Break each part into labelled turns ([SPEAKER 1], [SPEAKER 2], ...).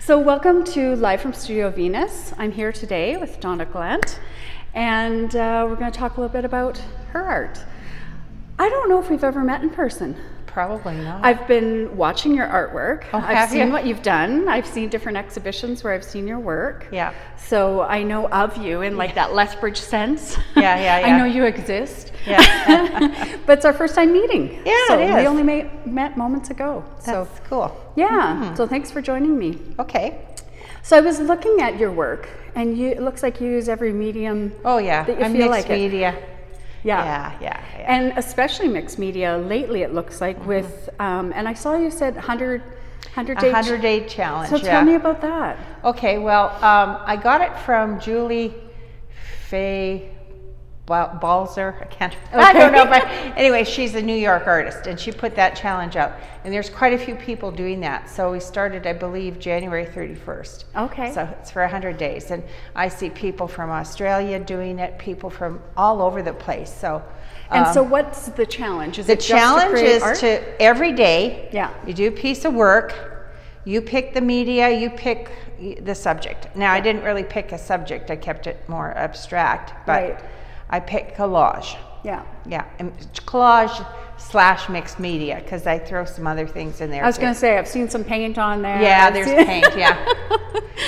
[SPEAKER 1] So, welcome to Live from Studio Venus. I'm here today with Donna Glant, and uh, we're going to talk a little bit about her art. I don't know if we've ever met in person.
[SPEAKER 2] Probably not.
[SPEAKER 1] I've been watching your artwork.
[SPEAKER 2] Oh,
[SPEAKER 1] I've
[SPEAKER 2] have
[SPEAKER 1] seen
[SPEAKER 2] you?
[SPEAKER 1] what you've done. I've seen different exhibitions where I've seen your work.
[SPEAKER 2] Yeah.
[SPEAKER 1] So I know of you in like that Lethbridge sense.
[SPEAKER 2] Yeah, yeah,
[SPEAKER 1] I
[SPEAKER 2] yeah.
[SPEAKER 1] know you exist.
[SPEAKER 2] Yeah.
[SPEAKER 1] but it's our first time meeting.
[SPEAKER 2] Yeah,
[SPEAKER 1] so
[SPEAKER 2] it
[SPEAKER 1] we
[SPEAKER 2] is.
[SPEAKER 1] only met, met moments ago. so
[SPEAKER 2] That's hmm. cool.
[SPEAKER 1] yeah. So thanks for joining me.
[SPEAKER 2] Okay.
[SPEAKER 1] So I was looking at your work, and you, it looks like you use every medium.
[SPEAKER 2] Oh yeah.
[SPEAKER 1] That you
[SPEAKER 2] I'm
[SPEAKER 1] feel
[SPEAKER 2] mixed
[SPEAKER 1] like it.
[SPEAKER 2] media.
[SPEAKER 1] Yeah.
[SPEAKER 2] Yeah. Yeah. yeah.
[SPEAKER 1] And especially mixed media lately, it looks like with, um, and I saw you said 100, 100
[SPEAKER 2] Mm-hmm. A
[SPEAKER 1] day
[SPEAKER 2] hundred day challenge.
[SPEAKER 1] So
[SPEAKER 2] yeah.
[SPEAKER 1] tell me about that.
[SPEAKER 2] Okay. Well, um, I got it from Julie Faye Bal- Balzer. I can't. I
[SPEAKER 1] Okay.
[SPEAKER 2] don't know. But anyway, she's a New York artist, and she put that challenge out. And there's quite a few people doing that. So we started, I believe, January 31st.
[SPEAKER 1] Okay.
[SPEAKER 2] So it's for 100 days. And I see people from Australia doing it, people from all over the place. So,
[SPEAKER 1] and
[SPEAKER 2] um,
[SPEAKER 1] so what's the challenge? Is
[SPEAKER 2] the
[SPEAKER 1] it just to
[SPEAKER 2] challenge
[SPEAKER 1] create
[SPEAKER 2] is
[SPEAKER 1] art?
[SPEAKER 2] to every day,
[SPEAKER 1] Yeah.
[SPEAKER 2] you do a piece of work, you pick the media, you pick y- the subject. Now, I didn't really pick a subject, I kept it more abstract, but
[SPEAKER 1] Right.
[SPEAKER 2] I picked collage.
[SPEAKER 1] Yeah.
[SPEAKER 2] Yeah, and it's collage slash mixed media because I throw some other things in there.
[SPEAKER 1] I was
[SPEAKER 2] too.
[SPEAKER 1] going to say, I've seen some paint on there.
[SPEAKER 2] yeah,
[SPEAKER 1] I've
[SPEAKER 2] there's
[SPEAKER 1] seen-
[SPEAKER 2] paint, yeah.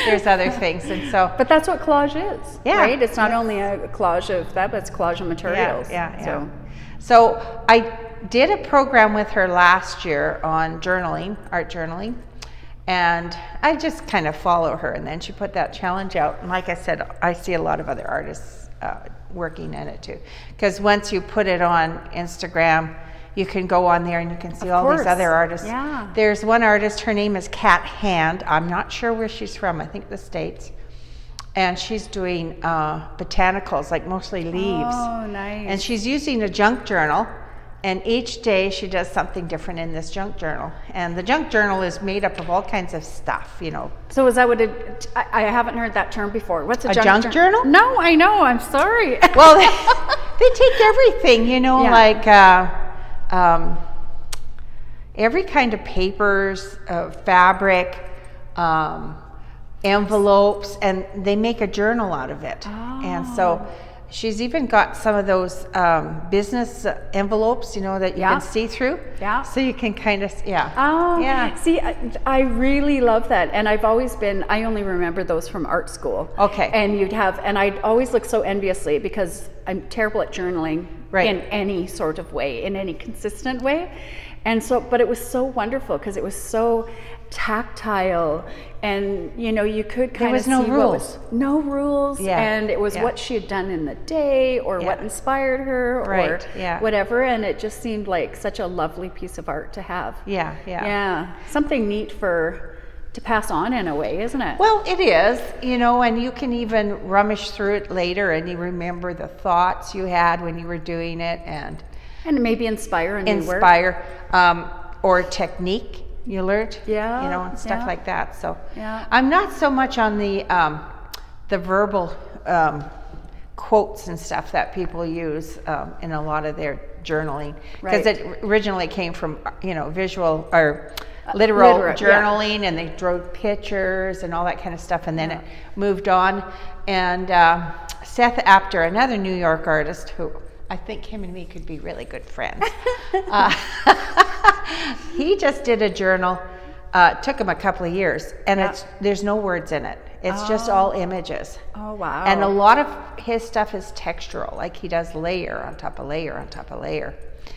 [SPEAKER 2] there's other things. And so,
[SPEAKER 1] But that's what collage is,
[SPEAKER 2] Yeah.
[SPEAKER 1] right? It's not only a collage of that, but it's collage of materials.
[SPEAKER 2] Yeah, yeah.
[SPEAKER 1] So,
[SPEAKER 2] yeah. So. I did a program with her last year on journaling, art journaling, and I just kind of follow her. And then she put that challenge out. And like I said, I see a lot of other artists uh, working in it too, because once you put it on Instagram. You can go on there and you can see all
[SPEAKER 1] course.
[SPEAKER 2] these other artists.
[SPEAKER 1] Yeah.
[SPEAKER 2] There's one artist, her name is Kat Hand. I'm not sure where she's from, I think the States. And she's doing uh, botanicals, like mostly leaves.
[SPEAKER 1] Oh, nice.
[SPEAKER 2] And she's using a junk journal, and each day she does something different in this junk journal. And the junk journal is made up of all kinds of stuff, you know.
[SPEAKER 1] so is that what it, I, I haven't heard that term before. What's a,
[SPEAKER 2] A junk
[SPEAKER 1] jour-
[SPEAKER 2] journal?
[SPEAKER 1] No, I know. I'm sorry.
[SPEAKER 2] Well, they, they take everything, you know,
[SPEAKER 1] Yeah.
[SPEAKER 2] like uh, um, every kind of papers, uh, fabric, um, envelopes, and they make a journal out of it. And
[SPEAKER 1] Oh.
[SPEAKER 2] so. She's even got some of those um, business envelopes, you know, that you
[SPEAKER 1] Yeah.
[SPEAKER 2] can see through.
[SPEAKER 1] Yeah.
[SPEAKER 2] So you can kind of, yeah.
[SPEAKER 1] Oh,
[SPEAKER 2] Yeah.
[SPEAKER 1] See, I, I really love that, and I've always been. I only remember those from art school.
[SPEAKER 2] Okay.
[SPEAKER 1] And you'd have, and I'd always look so enviously because I'm terrible at journaling
[SPEAKER 2] Right.
[SPEAKER 1] in any sort of way, in any consistent way, and so. But it was so wonderful because it was so tactile, and you know, you could kind
[SPEAKER 2] was
[SPEAKER 1] of
[SPEAKER 2] no
[SPEAKER 1] see what
[SPEAKER 2] rules.
[SPEAKER 1] was no rules,
[SPEAKER 2] Yeah.
[SPEAKER 1] and it was
[SPEAKER 2] Yeah.
[SPEAKER 1] what she had done in the day, or
[SPEAKER 2] Yeah.
[SPEAKER 1] what inspired her, or
[SPEAKER 2] Right. Yeah.
[SPEAKER 1] whatever, and it just seemed like such a lovely piece of art to have.
[SPEAKER 2] Yeah, yeah.
[SPEAKER 1] Yeah, something neat for to pass on in a way, isn't it?
[SPEAKER 2] Well, it is, you know, and you can even rummage through it later and you remember the thoughts you had when you were doing it and
[SPEAKER 1] and maybe inspire a new work.
[SPEAKER 2] inspire um, or technique you learned.
[SPEAKER 1] Yeah,
[SPEAKER 2] You know, and stuff
[SPEAKER 1] yeah.
[SPEAKER 2] like that. So
[SPEAKER 1] Yeah.
[SPEAKER 2] I'm not so much on the, um, the verbal um, quotes and stuff that people use um, in a lot of their journaling
[SPEAKER 1] Right.
[SPEAKER 2] because it originally came from, you know, visual or literal
[SPEAKER 1] literate, yeah.
[SPEAKER 2] journaling. journaling and they drew pictures and all that kind of stuff. And then it moved on. And um Seth Apter, another New York artist who I think him and me could be really good friends, uh, he just did a journal. Uh, it took him a couple of years, and it's there's no words in it. It's just all images.
[SPEAKER 1] Oh wow!
[SPEAKER 2] And a lot of his stuff is textural, like he does layer on top of layer on top of layer.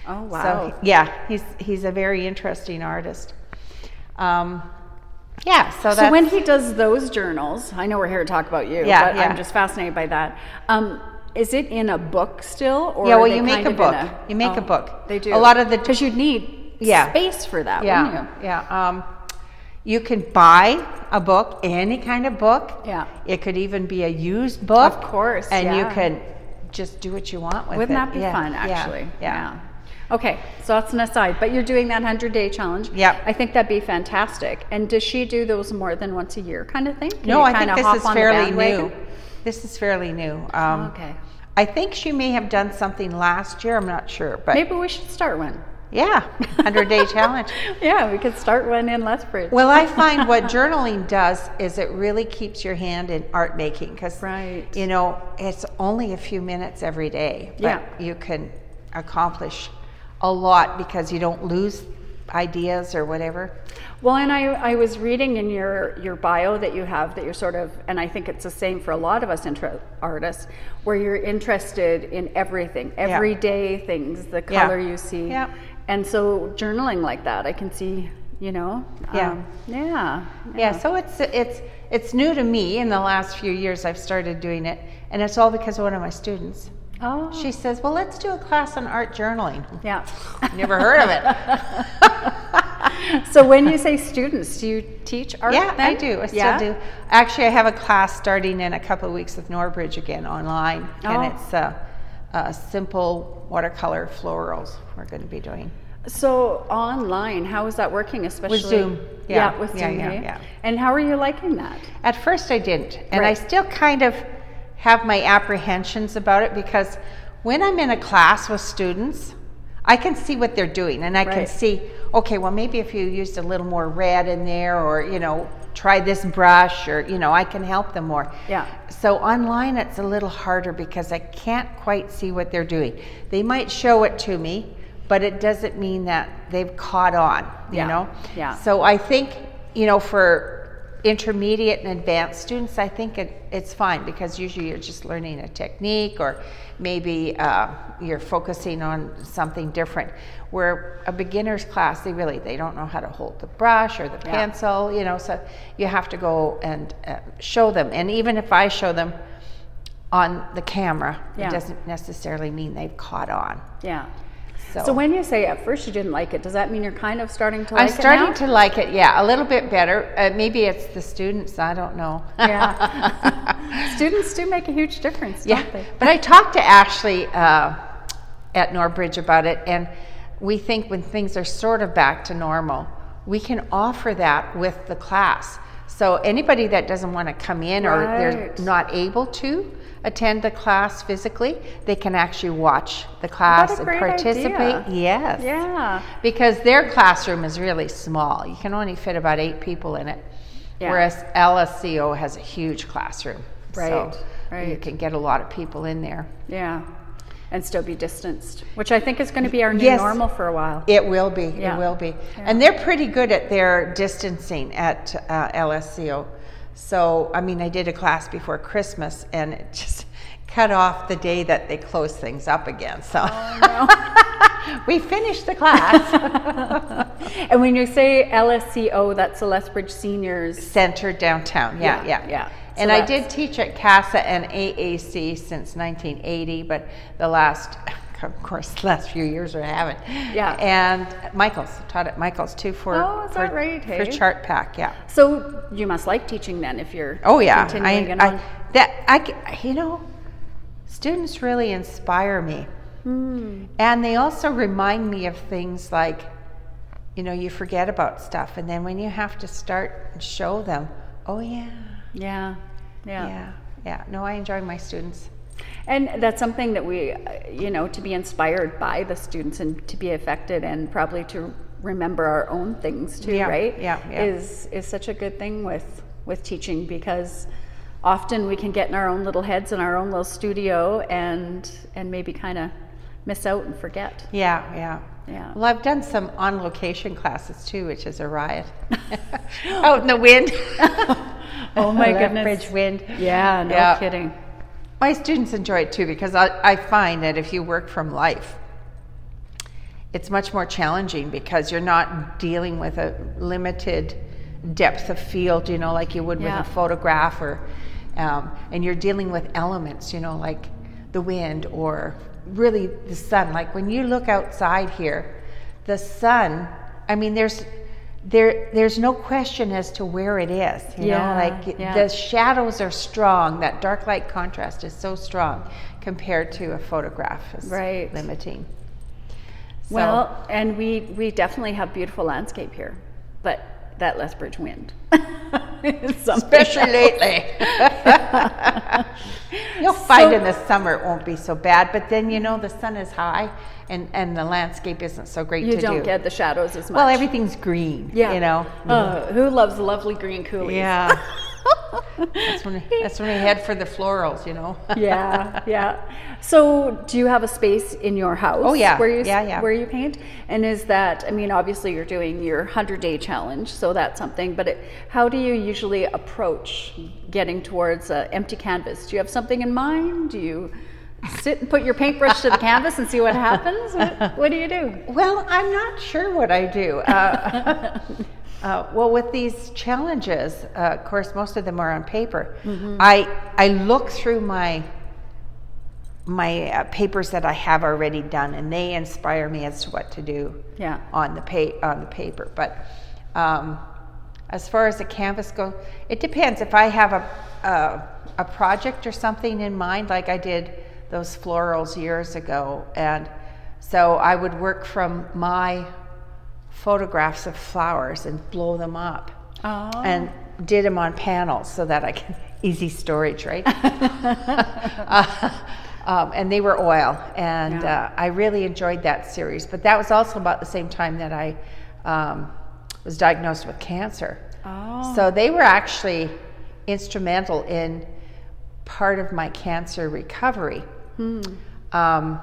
[SPEAKER 1] oh
[SPEAKER 2] So,
[SPEAKER 1] wow!
[SPEAKER 2] he- yeah, he's he's a very interesting artist. Um, yeah, so,
[SPEAKER 1] so
[SPEAKER 2] that's
[SPEAKER 1] when he does those journals, I know we're here to talk about you,
[SPEAKER 2] Yeah,
[SPEAKER 1] but
[SPEAKER 2] yeah.
[SPEAKER 1] I'm just fascinated by that. Um, is it in a book still, or
[SPEAKER 2] Yeah, well,
[SPEAKER 1] are they
[SPEAKER 2] you make
[SPEAKER 1] kind
[SPEAKER 2] a
[SPEAKER 1] of in
[SPEAKER 2] book. You make a
[SPEAKER 1] oh,
[SPEAKER 2] book.
[SPEAKER 1] They do
[SPEAKER 2] A lot of the-
[SPEAKER 1] because you'd need
[SPEAKER 2] Yeah.
[SPEAKER 1] space for that,
[SPEAKER 2] yeah
[SPEAKER 1] wouldn't you?
[SPEAKER 2] yeah um, you can buy a book, any kind of book.
[SPEAKER 1] Yeah.
[SPEAKER 2] it could even be a used book,
[SPEAKER 1] Of course,
[SPEAKER 2] and you
[SPEAKER 1] yeah.
[SPEAKER 2] can just do what you want with
[SPEAKER 1] Wouldn't
[SPEAKER 2] it.
[SPEAKER 1] that be
[SPEAKER 2] Yeah,
[SPEAKER 1] fun,
[SPEAKER 2] yeah,
[SPEAKER 1] actually?
[SPEAKER 2] yeah.
[SPEAKER 1] Okay, so that's an aside, but you're doing that 100 day challenge.
[SPEAKER 2] Yep.
[SPEAKER 1] I think that'd be fantastic. And does she do those more than once a year kind of thing? Can
[SPEAKER 2] No,
[SPEAKER 1] you
[SPEAKER 2] I think
[SPEAKER 1] kinda
[SPEAKER 2] this
[SPEAKER 1] hop
[SPEAKER 2] is
[SPEAKER 1] on the
[SPEAKER 2] fairly
[SPEAKER 1] bandwagon? Oh,
[SPEAKER 2] new. This is fairly new. Um,
[SPEAKER 1] Okay.
[SPEAKER 2] I think she may have done something last year. I'm not sure, but
[SPEAKER 1] Maybe we should start one.
[SPEAKER 2] Yeah, 100 day challenge.
[SPEAKER 1] Yeah, we could start one in Lethbridge.
[SPEAKER 2] Well, I find what journaling does is it really keeps your hand in art making because,
[SPEAKER 1] Right.
[SPEAKER 2] you know, it's only a few minutes every day, but
[SPEAKER 1] Yeah.
[SPEAKER 2] you can accomplish a lot because you don't lose ideas or whatever.
[SPEAKER 1] Well, and I, I was reading in your, your bio that you have that you're sort of, and I think it's the same for a lot of us inter- artists, where you're interested in everything, everyday things, the
[SPEAKER 2] Yeah.
[SPEAKER 1] color you see.
[SPEAKER 2] Yeah.
[SPEAKER 1] And so journaling like that, I can see, you know. Um,
[SPEAKER 2] Yeah.
[SPEAKER 1] yeah.
[SPEAKER 2] Yeah, so it's it's it's new to me. In the last few years, I've started doing it, and it's all because of one of my students.
[SPEAKER 1] Oh.
[SPEAKER 2] She says, "Well, let's do a class on art journaling."
[SPEAKER 1] yeah.
[SPEAKER 2] Never heard of it.
[SPEAKER 1] so when you say students, do you teach art?
[SPEAKER 2] yeah, I
[SPEAKER 1] then?
[SPEAKER 2] do. I still
[SPEAKER 1] Yeah?
[SPEAKER 2] do. Actually, I have a class starting in a couple of weeks with Norbridge again online,
[SPEAKER 1] Oh.
[SPEAKER 2] and it's uh, uh, simple watercolor florals. We're going to be doing.
[SPEAKER 1] So online, how is that working, especially
[SPEAKER 2] Zoom, yeah.
[SPEAKER 1] with Zoom.
[SPEAKER 2] Yeah, yeah,
[SPEAKER 1] eh?
[SPEAKER 2] yeah.
[SPEAKER 1] And how are you liking that?
[SPEAKER 2] At first, I didn't, and I
[SPEAKER 1] Right.
[SPEAKER 2] still kind of have my apprehensions about it because when I'm in a class with students, I can see what they're doing, and I can
[SPEAKER 1] Right.
[SPEAKER 2] see, okay, well, maybe if you used a little more red in there, or you know, try this brush, or you know, I can help them more.
[SPEAKER 1] Yeah.
[SPEAKER 2] So online, it's a little harder because I can't quite see what they're doing. They might show it to me, but it doesn't mean that they've caught on. You
[SPEAKER 1] Yeah.
[SPEAKER 2] know.
[SPEAKER 1] Yeah.
[SPEAKER 2] So I think, you know, for intermediate and advanced students, I think it, it's fine because usually you're just learning a technique or maybe uh, you're focusing on something different. Where a beginner's class, they really they don't know how to hold the brush or the
[SPEAKER 1] Yeah.
[SPEAKER 2] pencil, you know. So you have to go and uh, show them. And even if I show them on the camera,
[SPEAKER 1] Yeah.
[SPEAKER 2] it doesn't necessarily mean they've caught on.
[SPEAKER 1] Yeah.
[SPEAKER 2] So,
[SPEAKER 1] So, when you say at first you didn't like it, does that mean you're kind of starting to like
[SPEAKER 2] I'm
[SPEAKER 1] it
[SPEAKER 2] starting
[SPEAKER 1] now?
[SPEAKER 2] to like it, yeah, a little bit better. Uh, maybe it's the students, I don't know.
[SPEAKER 1] yeah. Students do make a huge difference, don't
[SPEAKER 2] yeah.
[SPEAKER 1] they?
[SPEAKER 2] But I talked to Ashley uh, at Norbridge about it, and we think when things are sort of back to normal, we can offer that with the class. So anybody that doesn't want to come in or they're
[SPEAKER 1] Right.
[SPEAKER 2] not able to attend the class physically, they can actually watch the
[SPEAKER 1] a
[SPEAKER 2] class and
[SPEAKER 1] great
[SPEAKER 2] participate.
[SPEAKER 1] idea.
[SPEAKER 2] Yes
[SPEAKER 1] Yeah.
[SPEAKER 2] because their classroom is really small. You can only fit about eight people in it,
[SPEAKER 1] Yeah.
[SPEAKER 2] whereas LSCO has a huge classroom.
[SPEAKER 1] Right,
[SPEAKER 2] So you
[SPEAKER 1] right.
[SPEAKER 2] can get a lot of people in there.
[SPEAKER 1] Yeah. And still be distanced, which I think is going to be our new
[SPEAKER 2] Yes.
[SPEAKER 1] normal for a while.
[SPEAKER 2] It will be. It
[SPEAKER 1] Yeah.
[SPEAKER 2] will be. And they're pretty good at their distancing at uh, LSCO. So, I mean, I did a class before Christmas and it just cut off the day that they closed things up again. So
[SPEAKER 1] Oh.
[SPEAKER 2] we finished the class.
[SPEAKER 1] and when you say LSCO, that's the Lethbridge Seniors.
[SPEAKER 2] Center downtown. Yeah,
[SPEAKER 1] Yeah,
[SPEAKER 2] yeah.
[SPEAKER 1] yeah. So
[SPEAKER 2] And I
[SPEAKER 1] that's-
[SPEAKER 2] did teach at CASA and AAC since 1980, but the last, of course, the last few years I haven't.
[SPEAKER 1] Yeah.
[SPEAKER 2] And Michaels, taught at Michaels too for,
[SPEAKER 1] Oh, is
[SPEAKER 2] for,
[SPEAKER 1] that right,
[SPEAKER 2] for
[SPEAKER 1] hey?
[SPEAKER 2] Chart Pack, yeah.
[SPEAKER 1] So you must like teaching then if you're
[SPEAKER 2] Oh, yeah.
[SPEAKER 1] continuing it
[SPEAKER 2] I,
[SPEAKER 1] on.
[SPEAKER 2] I, that, I, c- you know, students really inspire me.
[SPEAKER 1] Hmm.
[SPEAKER 2] And they also remind me of things like, you know, you forget about stuff. And then when you have to start and show them, oh, yeah.
[SPEAKER 1] yeah. Yeah.
[SPEAKER 2] Yeah, yeah. No, I enjoy my students.
[SPEAKER 1] And that's something that we, uh, you know, to be inspired by the students and to be affected and probably to remember our own things too,
[SPEAKER 2] Yeah,
[SPEAKER 1] right?
[SPEAKER 2] yeah, yeah.
[SPEAKER 1] Is is such a good thing with with teaching because often we can get in our own little heads in our own little studio and and maybe kind of miss out and forget.
[SPEAKER 2] Yeah, yeah.
[SPEAKER 1] Yeah.
[SPEAKER 2] Well, I've done some on location classes too, which is a riot. Out in the wind.
[SPEAKER 1] Oh my
[SPEAKER 2] Lethbridge
[SPEAKER 1] goodness.
[SPEAKER 2] wind.
[SPEAKER 1] Yeah, no
[SPEAKER 2] Yeah.
[SPEAKER 1] kidding.
[SPEAKER 2] My students enjoy it too because I, I find that if you work from life, it's much more challenging because you're not dealing with a limited depth of field, you know, like you would
[SPEAKER 1] Yeah.
[SPEAKER 2] with a photograph or, um, and you're dealing with elements, you know, like the wind or really the sun. Like when you look outside here, the sun, I mean, there's, there, there's no question as to where it is, you
[SPEAKER 1] Yeah,
[SPEAKER 2] know, like
[SPEAKER 1] yeah.
[SPEAKER 2] the shadows are strong. That dark light contrast is so strong compared to a photograph. It's
[SPEAKER 1] Right.
[SPEAKER 2] limiting. So-
[SPEAKER 1] Well, and we we definitely have beautiful landscape here, but that Lethbridge wind. is something
[SPEAKER 2] especially
[SPEAKER 1] else.
[SPEAKER 2] lately. You'll find
[SPEAKER 1] So-
[SPEAKER 2] in the summer it won't be so bad, but then you know the sun is high and, and the landscape isn't so great
[SPEAKER 1] You
[SPEAKER 2] to
[SPEAKER 1] don't
[SPEAKER 2] do.
[SPEAKER 1] get the shadows as much.
[SPEAKER 2] well, everything's green,
[SPEAKER 1] yeah.
[SPEAKER 2] you know.
[SPEAKER 1] Uh, who loves lovely green coolies?
[SPEAKER 2] Yeah. that's when that's when we head for the florals, you know.
[SPEAKER 1] yeah, yeah. So, do you have a space in your house?
[SPEAKER 2] Oh, yeah.
[SPEAKER 1] where you
[SPEAKER 2] Yeah, yeah.
[SPEAKER 1] where you paint? And is that? I mean, obviously, you're doing your hundred day challenge, so that's something. But it, how do you usually approach getting towards an empty canvas? Do you have something in mind? Do you sit and put your paintbrush to the canvas and see what happens? What, what do you do?
[SPEAKER 2] Well, I'm not sure what I do. Uh, uh, well, with these challenges, uh, of course, most of them are on paper. I I look through my my uh, papers that I have already done, and they inspire me as to what to do
[SPEAKER 1] Yeah.
[SPEAKER 2] on the pa- on the paper. But um, as far as the canvas goes, it depends. If I have a, a a project or something in mind, like I did those florals years ago, and so I would work from my photographs of flowers and blow them up,
[SPEAKER 1] Oh.
[SPEAKER 2] and did them on panels so that I can easy storage, right? um, and they were oil, and
[SPEAKER 1] Yeah.
[SPEAKER 2] uh, I really enjoyed that series. But that was also about the same time that I um, was diagnosed with cancer.
[SPEAKER 1] oh.
[SPEAKER 2] So they were actually instrumental in part of my cancer recovery. Um, I
[SPEAKER 1] Hmm.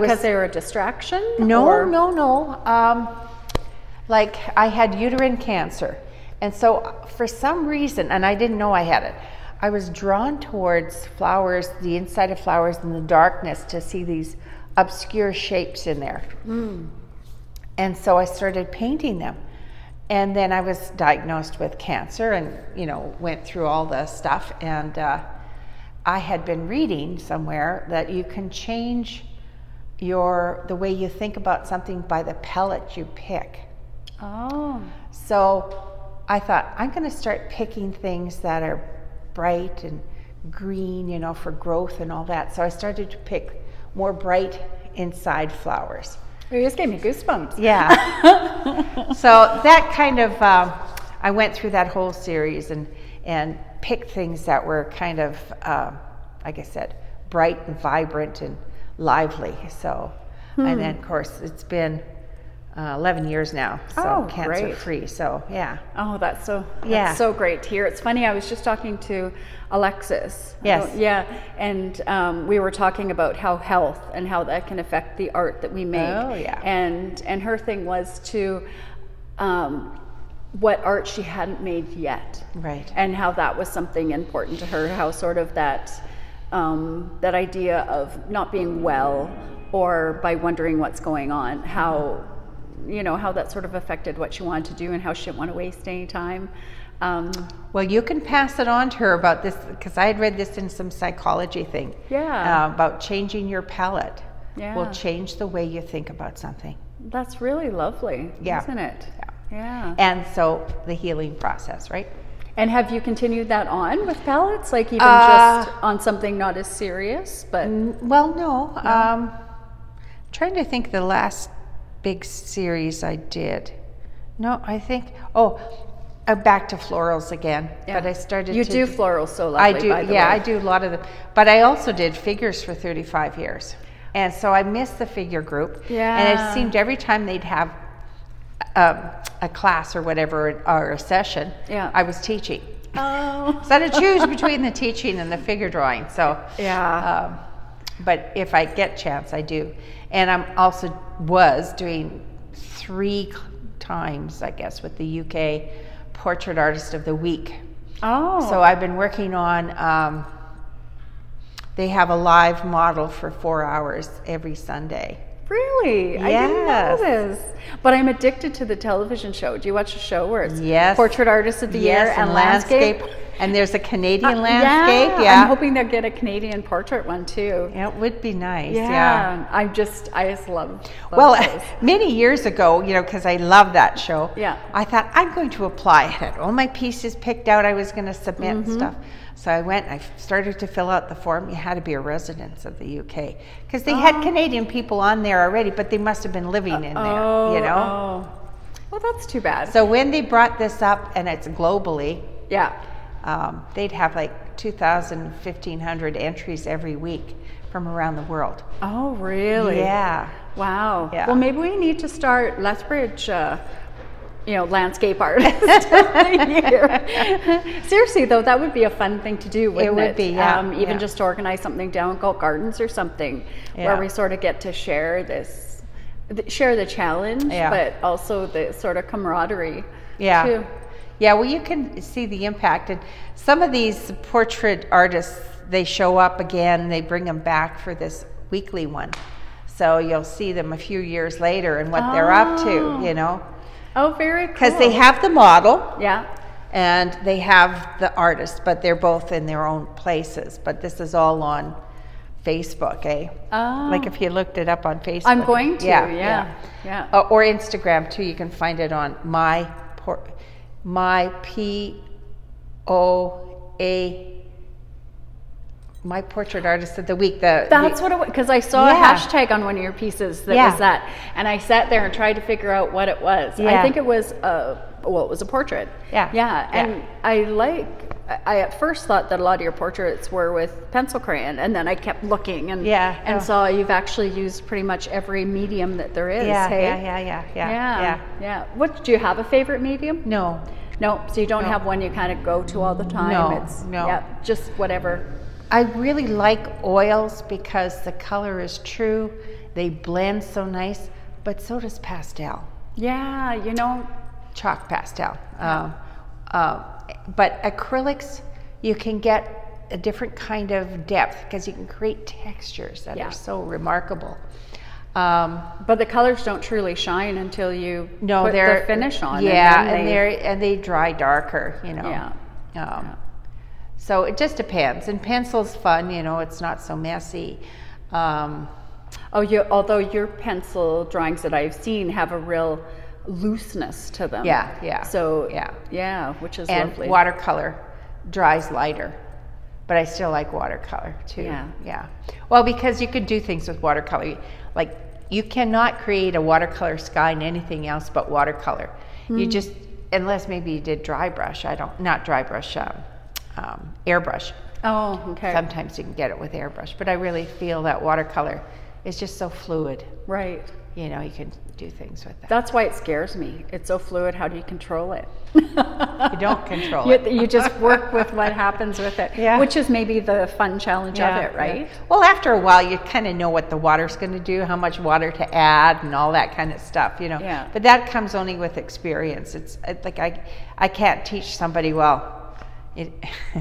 [SPEAKER 1] because
[SPEAKER 2] was
[SPEAKER 1] they were a distraction?
[SPEAKER 2] no,
[SPEAKER 1] or-
[SPEAKER 2] no, no. Um, like I had uterine cancer, and so uh, for some reason, and I didn't know I had it. I was drawn towards flowers, the inside of flowers in the darkness, to see these obscure shapes in there. And so I started painting them. And then I was diagnosed with cancer and, you know, went through all the stuff. And uh, I had been reading somewhere that you can change your the way you think about something by the pellet you pick.
[SPEAKER 1] Oh.
[SPEAKER 2] So I thought I'm going to start picking things that are bright and green, you know, for growth and all that. So I started to pick more bright inside flowers.
[SPEAKER 1] You just gave me goosebumps.
[SPEAKER 2] Yeah. so that kind of, um, I went through that whole series and and picked things that were kind of, um, like I said, bright and vibrant and lively. So, and
[SPEAKER 1] Hmm.
[SPEAKER 2] then of course it's been uh, 11 years now, so
[SPEAKER 1] Oh,
[SPEAKER 2] cancer
[SPEAKER 1] great.
[SPEAKER 2] free. So yeah.
[SPEAKER 1] Oh, that's so that's
[SPEAKER 2] Yeah.
[SPEAKER 1] so great to hear. It's funny. I was just talking to Alexis. I
[SPEAKER 2] Yes.
[SPEAKER 1] don't- Yeah, and um, we were talking about how health and how that can affect the art that we make.
[SPEAKER 2] Oh, yeah.
[SPEAKER 1] And and her thing was to um, what art she hadn't made yet
[SPEAKER 2] Right.
[SPEAKER 1] and how that was something important to her how sort of that um, that idea of not being well or by wondering what's going on how you know how that sort of affected what she wanted to do and how she didn't want to waste any time um,
[SPEAKER 2] Well, you can pass it on to her about this because I had read this in some psychology thing.
[SPEAKER 1] Yeah.
[SPEAKER 2] uh, about changing your palette
[SPEAKER 1] Yeah.
[SPEAKER 2] will change the way you think about something.
[SPEAKER 1] that's really lovely
[SPEAKER 2] Yeah.
[SPEAKER 1] isn't it yeah
[SPEAKER 2] And so the healing process, right?
[SPEAKER 1] and have you continued that on with palettes like even
[SPEAKER 2] Uh,
[SPEAKER 1] just on something not as serious but
[SPEAKER 2] Mm, Well, no. Um, trying to think the last big series I did. No, I think. Oh, uh, back to florals again.
[SPEAKER 1] yeah.
[SPEAKER 2] But I started.
[SPEAKER 1] you
[SPEAKER 2] to
[SPEAKER 1] do florals so lovely
[SPEAKER 2] I do.
[SPEAKER 1] by the
[SPEAKER 2] yeah,
[SPEAKER 1] way.
[SPEAKER 2] I do a lot of them. But I also did figures for 35 years, and so I missed the figure group. And
[SPEAKER 1] Yeah.
[SPEAKER 2] it seemed every time they'd have um, a class or whatever or a session,
[SPEAKER 1] Yeah.
[SPEAKER 2] I was teaching.
[SPEAKER 1] oh
[SPEAKER 2] So I had to choose between the teaching and the figure drawing. So
[SPEAKER 1] yeah
[SPEAKER 2] um, but if I get chance, I do. And I'm also was doing three c- times, I guess, with the UK Portrait Artist of the Week.
[SPEAKER 1] oh
[SPEAKER 2] So I've been working on. Um, they have a live model for four hours every Sunday.
[SPEAKER 1] Really? I didn't know
[SPEAKER 2] Yes.
[SPEAKER 1] this. But I'm addicted to the television show. Do you watch a show where it's
[SPEAKER 2] Yes.
[SPEAKER 1] Portrait Artist of the Year and, Landscape?
[SPEAKER 2] And there's a Canadian
[SPEAKER 1] Uh,
[SPEAKER 2] landscape.
[SPEAKER 1] Yeah.
[SPEAKER 2] Yeah,
[SPEAKER 1] I'm hoping they'll get a Canadian portrait one too.
[SPEAKER 2] Yeah, it would be nice.
[SPEAKER 1] I just, I just love, love
[SPEAKER 2] Well,
[SPEAKER 1] those.
[SPEAKER 2] many years ago, you know, because I love that show.
[SPEAKER 1] Yeah.
[SPEAKER 2] I thought I'm going to apply. I had all my pieces picked out. I was going to submit and
[SPEAKER 1] Mm-hmm.
[SPEAKER 2] stuff. So I went. and I f- started to fill out the form. You had to be a resident of the UK because they had Canadian people on there already, but they must have been living in
[SPEAKER 1] oh,
[SPEAKER 2] there. You know.
[SPEAKER 1] Oh. Well, that's too bad.
[SPEAKER 2] So when they brought this up, and it's globally,
[SPEAKER 1] yeah.
[SPEAKER 2] um, they'd have like 2,000, 1,500 entries every week from around the world.
[SPEAKER 1] Oh, really?
[SPEAKER 2] Yeah.
[SPEAKER 1] Wow.
[SPEAKER 2] Yeah.
[SPEAKER 1] Well, maybe we need to start Lethbridge. Uh, you know, landscape artist of the year. Seriously, though, that would be a fun thing to do, wouldn't it?
[SPEAKER 2] would be, yeah,
[SPEAKER 1] Um, even
[SPEAKER 2] yeah.
[SPEAKER 1] just to organize something down at Galt Gardens or something,
[SPEAKER 2] Yeah.
[SPEAKER 1] where we sort of get to share this, th- share the challenge,
[SPEAKER 2] Yeah.
[SPEAKER 1] but also the sort of camaraderie.
[SPEAKER 2] Yeah.
[SPEAKER 1] too.
[SPEAKER 2] Yeah, well, you can see the impact. And some of these portrait artists, they show up again, they bring them back for this weekly one. So you'll see them a few years later and what they're up
[SPEAKER 1] Oh.
[SPEAKER 2] to, you know?
[SPEAKER 1] Oh, very cool.
[SPEAKER 2] Because they have the model
[SPEAKER 1] Yeah.
[SPEAKER 2] and they have the artist, but they're both in their own places. But this is all on Facebook, eh?
[SPEAKER 1] Oh.
[SPEAKER 2] Like if you looked it up on Facebook.
[SPEAKER 1] I'm going to. Yeah. Yeah.
[SPEAKER 2] Uh, or Instagram too. You can find it on my por- my p o a my portrait artist of the week. The
[SPEAKER 1] That's what it was because I saw
[SPEAKER 2] Yeah.
[SPEAKER 1] a hashtag on one of your pieces that
[SPEAKER 2] Yeah.
[SPEAKER 1] was that, and I sat there and tried to figure out what it was.
[SPEAKER 2] Yeah.
[SPEAKER 1] I think it was a well, it was a portrait.
[SPEAKER 2] Yeah.
[SPEAKER 1] yeah,
[SPEAKER 2] Yeah.
[SPEAKER 1] and I like. I- I at first thought that a lot of your portraits were with pencil crayon, and then I kept looking and
[SPEAKER 2] Yeah.
[SPEAKER 1] and
[SPEAKER 2] Oh.
[SPEAKER 1] saw you've actually used pretty much every medium that there is.
[SPEAKER 2] yeah,
[SPEAKER 1] hey?
[SPEAKER 2] yeah, yeah, yeah, yeah,
[SPEAKER 1] yeah, yeah. What do you have a favorite medium?
[SPEAKER 2] No,
[SPEAKER 1] No, so you don't
[SPEAKER 2] No.
[SPEAKER 1] have one you kind of go to all the time.
[SPEAKER 2] No,
[SPEAKER 1] it's
[SPEAKER 2] no.
[SPEAKER 1] yeah, just whatever.
[SPEAKER 2] I really like oils because the color is true. They blend so nice, but so does pastel.
[SPEAKER 1] Yeah, you know,
[SPEAKER 2] chalk pastel. Um, uh, but acrylics, you can get a different kind of depth because you can create textures that
[SPEAKER 1] Yeah.
[SPEAKER 2] are so remarkable. Um,
[SPEAKER 1] But the colors don't truly shine until you
[SPEAKER 2] no,
[SPEAKER 1] put
[SPEAKER 2] they're
[SPEAKER 1] the finish on.
[SPEAKER 2] Yeah,
[SPEAKER 1] and, then they-
[SPEAKER 2] are and they dry darker. You know.
[SPEAKER 1] Yeah.
[SPEAKER 2] Um, So it just depends. And pencil's fun. You know, it's not so messy. Um,
[SPEAKER 1] oh, you, although your pencil drawings that I've seen have a real looseness to them.
[SPEAKER 2] Yeah, yeah,
[SPEAKER 1] So
[SPEAKER 2] yeah.
[SPEAKER 1] yeah, which is
[SPEAKER 2] and
[SPEAKER 1] lovely.
[SPEAKER 2] watercolor dries lighter but i still like watercolor too
[SPEAKER 1] Yeah.
[SPEAKER 2] well because you could do things with watercolor like you cannot create a watercolor sky in anything else but watercolor you
[SPEAKER 1] Hmm.
[SPEAKER 2] just unless maybe you did dry brush i don't not dry brush um, um, airbrush
[SPEAKER 1] Oh, okay.
[SPEAKER 2] sometimes you can get it with airbrush but i really feel that watercolor is just so fluid
[SPEAKER 1] right.
[SPEAKER 2] you know you can do things with that
[SPEAKER 1] That's why it scares me. It's so fluid. How do you control it?
[SPEAKER 2] you don't control
[SPEAKER 1] You,
[SPEAKER 2] it
[SPEAKER 1] you just work with what happens with it,
[SPEAKER 2] Yeah.
[SPEAKER 1] which is maybe the fun challenge
[SPEAKER 2] Yeah,
[SPEAKER 1] of it,
[SPEAKER 2] yeah.
[SPEAKER 1] right?
[SPEAKER 2] Well, after a while, you kind of know what the water's going to do, how much water to add, and all that kind of stuff, you know.
[SPEAKER 1] Yeah.
[SPEAKER 2] But that comes only with experience. It's it's like I, I can't teach somebody well. It,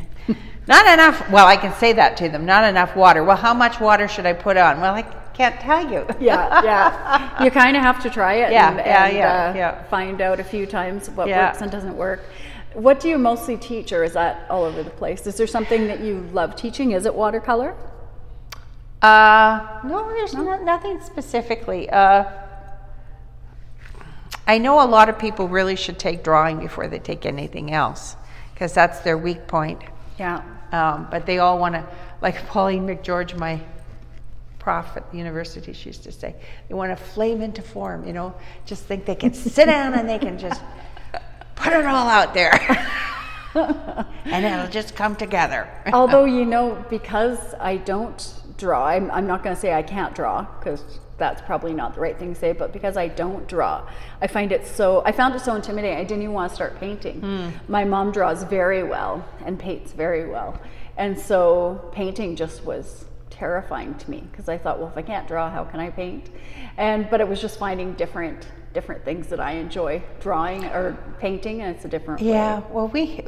[SPEAKER 2] not enough. Well, I can say that to them. Not enough water. Well, how much water should I put on? Well, I can't tell you.
[SPEAKER 1] yeah, yeah. You kind of have to try it
[SPEAKER 2] Yeah,
[SPEAKER 1] and,
[SPEAKER 2] yeah,
[SPEAKER 1] and,
[SPEAKER 2] yeah,
[SPEAKER 1] uh,
[SPEAKER 2] yeah.
[SPEAKER 1] find out a few times what
[SPEAKER 2] Yeah.
[SPEAKER 1] works and doesn't work. What do you mostly teach, or is that all over the place? Is there something that you love teaching? Is it watercolor?
[SPEAKER 2] Uh, no, there's no- nothing specifically. Uh, I know a lot of people really should take drawing before they take anything else because that's their weak point.
[SPEAKER 1] Yeah.
[SPEAKER 2] Um, but they all want to, like Pauline McGeorge, my prof at the university, she used to say, they want to flame into form, you know, just think they can sit down and they can just put it all out there and it'll just come together.
[SPEAKER 1] Although you know, because I don't draw, I'm, I'm not going to say I can't draw because that's probably not the right thing to say. But because I don't draw, I find it so. I found it so intimidating. I didn't even want to start painting. My mom draws very well and paints very well, and so painting just was terrifying to me because I thought, well, if I can't draw, how can I paint? And but it was just finding different different things that I enjoy drawing or painting, and it's a different. way.
[SPEAKER 2] Yeah, well, we,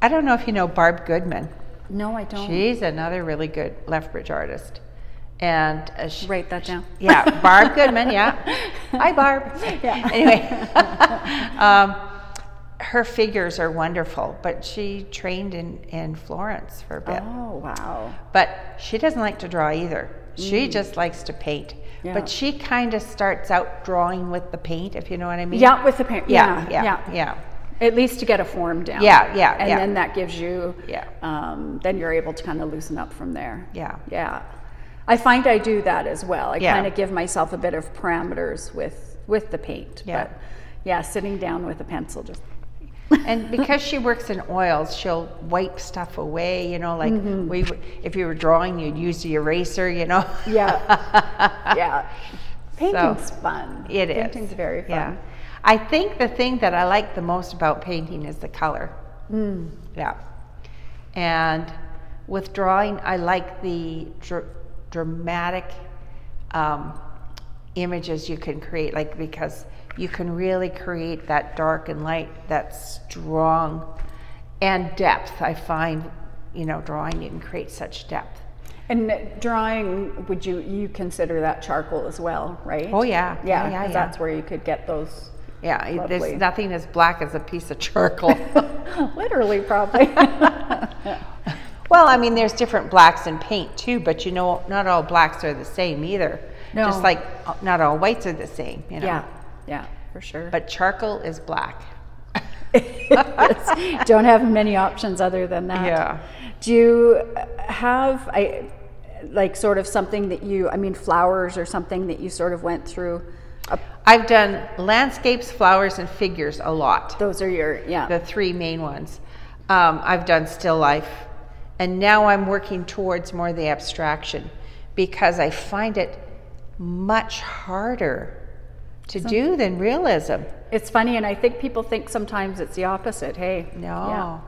[SPEAKER 2] I don't know if you know Barb Goodman.
[SPEAKER 1] No, I don't.
[SPEAKER 2] She's another really good Lethbridge artist. And uh, she,
[SPEAKER 1] Write that down.
[SPEAKER 2] Yeah, Barb Goodman. Yeah, hi Barb.
[SPEAKER 1] Yeah.
[SPEAKER 2] Anyway, um, her figures are wonderful, but she trained in in Florence for a bit.
[SPEAKER 1] Oh wow.
[SPEAKER 2] But she doesn't like to draw either. She just likes to paint.
[SPEAKER 1] Mm. Yeah.
[SPEAKER 2] But she kind of starts out drawing with the paint, if you know what I mean.
[SPEAKER 1] Yeah, with the parent.
[SPEAKER 2] Yeah. Yeah. Yeah. yeah.
[SPEAKER 1] At least to get a form down.
[SPEAKER 2] Yeah, yeah,
[SPEAKER 1] And
[SPEAKER 2] yeah.
[SPEAKER 1] then that gives you.
[SPEAKER 2] Yeah.
[SPEAKER 1] Um, then you're able to kind of loosen up from there.
[SPEAKER 2] Yeah.
[SPEAKER 1] Yeah. I find I do that as well. I
[SPEAKER 2] Yeah.
[SPEAKER 1] kind of give myself a bit of parameters with with the paint.
[SPEAKER 2] Yeah.
[SPEAKER 1] But yeah, sitting down with a pencil just
[SPEAKER 2] and because she works in oils, she'll wipe stuff away. You know, like we, w- if you were drawing, you'd use the eraser. You know,
[SPEAKER 1] Yeah. yeah. Painting's fun.
[SPEAKER 2] it is.
[SPEAKER 1] Painting's very fun.
[SPEAKER 2] Yeah. I think the thing that I like the most about painting is the color.
[SPEAKER 1] Mm.
[SPEAKER 2] Yeah. And with drawing, I like the dr- dramatic um, images you can create, like because you can really create that dark and light, that strong and depth. I find, you know, drawing you can create such depth.
[SPEAKER 1] And drawing, would you you consider that charcoal as well, right?
[SPEAKER 2] Oh yeah,
[SPEAKER 1] Yeah, 'cause that's where you could get those.
[SPEAKER 2] yeah. it-
[SPEAKER 1] Lovely.
[SPEAKER 2] There's nothing as black as a piece of charcoal.
[SPEAKER 1] Literally, probably.
[SPEAKER 2] Well, I mean, there's different blacks in paint too, but you know, not all blacks are the same either.
[SPEAKER 1] No.
[SPEAKER 2] Just like uh, not all whites are the same, you know.
[SPEAKER 1] yeah, yeah, for sure.
[SPEAKER 2] But charcoal is black.
[SPEAKER 1] It's- don't have many options other than that.
[SPEAKER 2] Yeah.
[SPEAKER 1] Do you have I like sort of something that you I mean flowers or something that you sort of went through? Uh,
[SPEAKER 2] I've done landscapes, flowers, and figures a lot.
[SPEAKER 1] those are your yeah.
[SPEAKER 2] The three main ones. Um, I've done still life, and now I'm working towards more the abstraction because I find it much harder to do than realism.
[SPEAKER 1] it's funny, and I think people think sometimes it's the opposite. Hey,
[SPEAKER 2] No.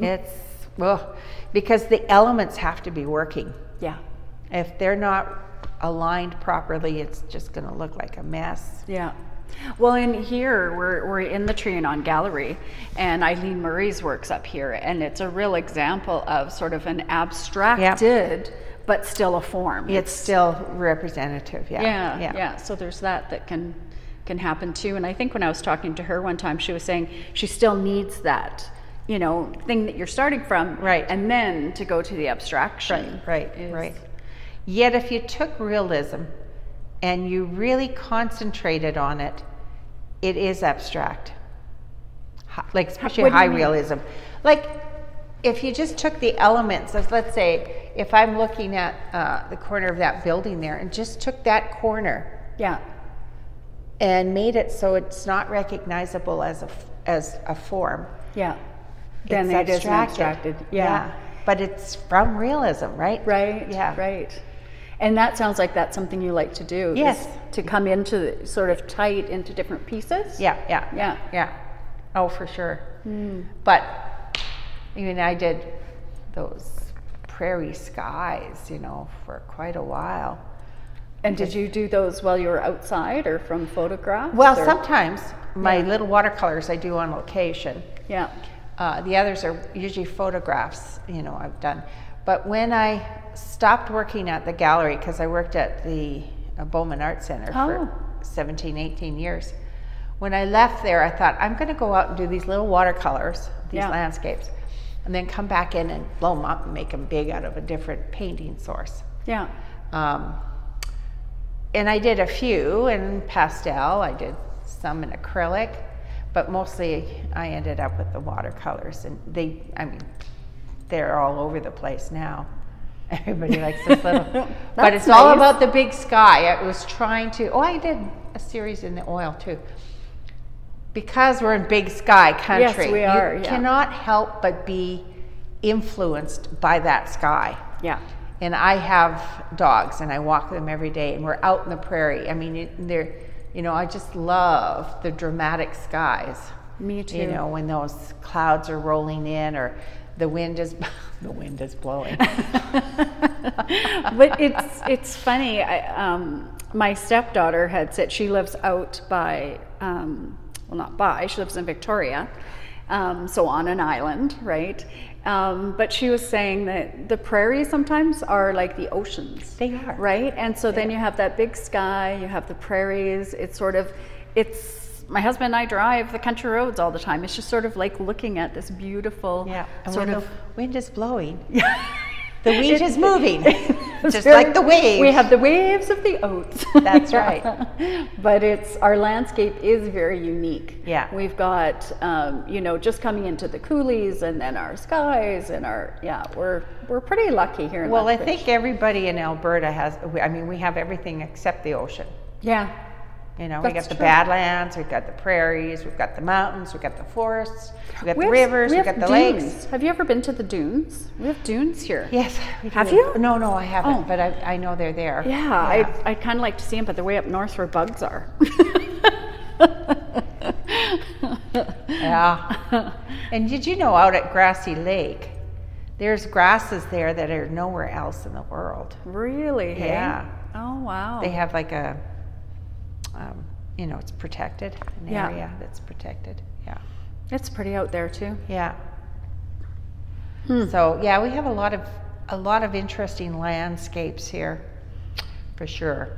[SPEAKER 2] It's, well, because the elements have to be working.
[SPEAKER 1] yeah,
[SPEAKER 2] If they're not aligned properly, it's just going to look like a mess.
[SPEAKER 1] yeah. yeah. Well, in here we're we're in the Trianon Gallery, and Eileen Murray's works up here, and it's a real example of sort of an abstracted but still a form.
[SPEAKER 2] It's still representative, yeah.
[SPEAKER 1] yeah, yeah, So there's that that can can happen too. And I think when I was talking to her one time, she was saying she still needs that, you know, thing that you're starting from,
[SPEAKER 2] Right.
[SPEAKER 1] And then to go to the abstraction,
[SPEAKER 2] Right,
[SPEAKER 1] is-
[SPEAKER 2] right. Yet if you took realism and you really concentrated on it, it is abstract. Hi- Like especially
[SPEAKER 1] what do you
[SPEAKER 2] high
[SPEAKER 1] mean?
[SPEAKER 2] realism. Like if you just took the elements of let's say if I'm looking at uh, the corner of that building there and just took that corner
[SPEAKER 1] Yeah,
[SPEAKER 2] and made it so it's not recognizable as a f- as a form.
[SPEAKER 1] yeah. Then
[SPEAKER 2] it's
[SPEAKER 1] it is an abstracted, yeah.
[SPEAKER 2] But it's from realism, right?
[SPEAKER 1] right,
[SPEAKER 2] Yeah.
[SPEAKER 1] right. And that sounds like that's something you like to do. is
[SPEAKER 2] Yes.
[SPEAKER 1] to come into the, sort of tight into different pieces.
[SPEAKER 2] Yeah, yeah.
[SPEAKER 1] yeah,
[SPEAKER 2] Yeah. Oh, for sure. But even I did those prairie skies, you know, for quite a while.
[SPEAKER 1] And did you do those while you were outside or from photographs?
[SPEAKER 2] Well,
[SPEAKER 1] or-
[SPEAKER 2] sometimes my little watercolors I do on location.
[SPEAKER 1] yeah,
[SPEAKER 2] Uh, the others are usually photographs, you know, I've done. But when I stopped working at the gallery, because I worked at the uh, Bowman Art Center for 17, 18 years, when I left there, I thought, I'm going to go out and do these little watercolors, these
[SPEAKER 1] Yeah.
[SPEAKER 2] landscapes, and then come back in and blow them up and make them big out of a different painting source.
[SPEAKER 1] yeah,
[SPEAKER 2] Um, and I did a few in pastel, I did some in acrylic, but mostly I ended up with the watercolors. And they, I mean, they're all over the place now. Everybody likes this little, but
[SPEAKER 1] That's
[SPEAKER 2] it's all
[SPEAKER 1] nice.
[SPEAKER 2] about the big sky. I was trying to, oh, I did a series in the oil too. Because we're in big sky country,
[SPEAKER 1] we
[SPEAKER 2] you
[SPEAKER 1] are, yeah.
[SPEAKER 2] cannot help but be influenced by that sky.
[SPEAKER 1] yeah.
[SPEAKER 2] And I have dogs, and I walk them every day, and we're out in the prairie. I mean, it- they're, you know, I just love the dramatic skies.
[SPEAKER 1] Me too.
[SPEAKER 2] You know, when those clouds are rolling in, or the wind is, the wind is blowing.
[SPEAKER 1] but it's it's funny. I, um, my stepdaughter had said she lives out by um, well, not by. She lives in Victoria, um, so on an island, right? Um, but she was saying that the prairies sometimes are like the oceans.
[SPEAKER 2] They are.
[SPEAKER 1] right. And so then you have that big sky. You have the prairies. It's sort of it's. My husband and I drive the country roads all the time. It's just sort of like looking at this beautiful,
[SPEAKER 2] Yeah, and
[SPEAKER 1] sort
[SPEAKER 2] when
[SPEAKER 1] of
[SPEAKER 2] the wind is blowing, the wind is moving,
[SPEAKER 1] It's
[SPEAKER 2] just
[SPEAKER 1] very-
[SPEAKER 2] like the waves.
[SPEAKER 1] We have the waves of the oats.
[SPEAKER 2] That's right.
[SPEAKER 1] but it's our landscape is very unique.
[SPEAKER 2] Yeah.
[SPEAKER 1] We've got um, you know just coming into the coulees and then our skies and our yeah we're we're pretty lucky here. In
[SPEAKER 2] Well, I
[SPEAKER 1] Lethbridge.
[SPEAKER 2] think everybody in Alberta has. I mean, we have everything except the ocean.
[SPEAKER 1] yeah
[SPEAKER 2] You know, we
[SPEAKER 1] That's
[SPEAKER 2] got the
[SPEAKER 1] true.
[SPEAKER 2] badlands, we've got the prairies, we've got the mountains, we've got the forests, we've got the
[SPEAKER 1] Where's-
[SPEAKER 2] rivers,
[SPEAKER 1] we
[SPEAKER 2] we've
[SPEAKER 1] have
[SPEAKER 2] got the
[SPEAKER 1] dunes.
[SPEAKER 2] lakes.
[SPEAKER 1] Have you ever been to the dunes? We have dunes here.
[SPEAKER 2] Yes. we
[SPEAKER 1] Have
[SPEAKER 2] do.
[SPEAKER 1] you?
[SPEAKER 2] No, no, I haven't,
[SPEAKER 1] Oh.
[SPEAKER 2] but I, I know they're there.
[SPEAKER 1] Yeah, I, I'd kind of like to see them, but they're way up north where bugs are.
[SPEAKER 2] Yeah. and did you know out at Grassy Lake, there's grasses there that are nowhere else in the world.
[SPEAKER 1] really? hey?
[SPEAKER 2] Yeah.
[SPEAKER 1] Oh, wow.
[SPEAKER 2] They have like a, um, you know, it's protected, an
[SPEAKER 1] Yeah.
[SPEAKER 2] area that's protected. Yeah.
[SPEAKER 1] It's pretty out there, too.
[SPEAKER 2] Yeah.
[SPEAKER 1] Hmm.
[SPEAKER 2] So yeah, we have a lot of a lot of interesting landscapes here, for sure.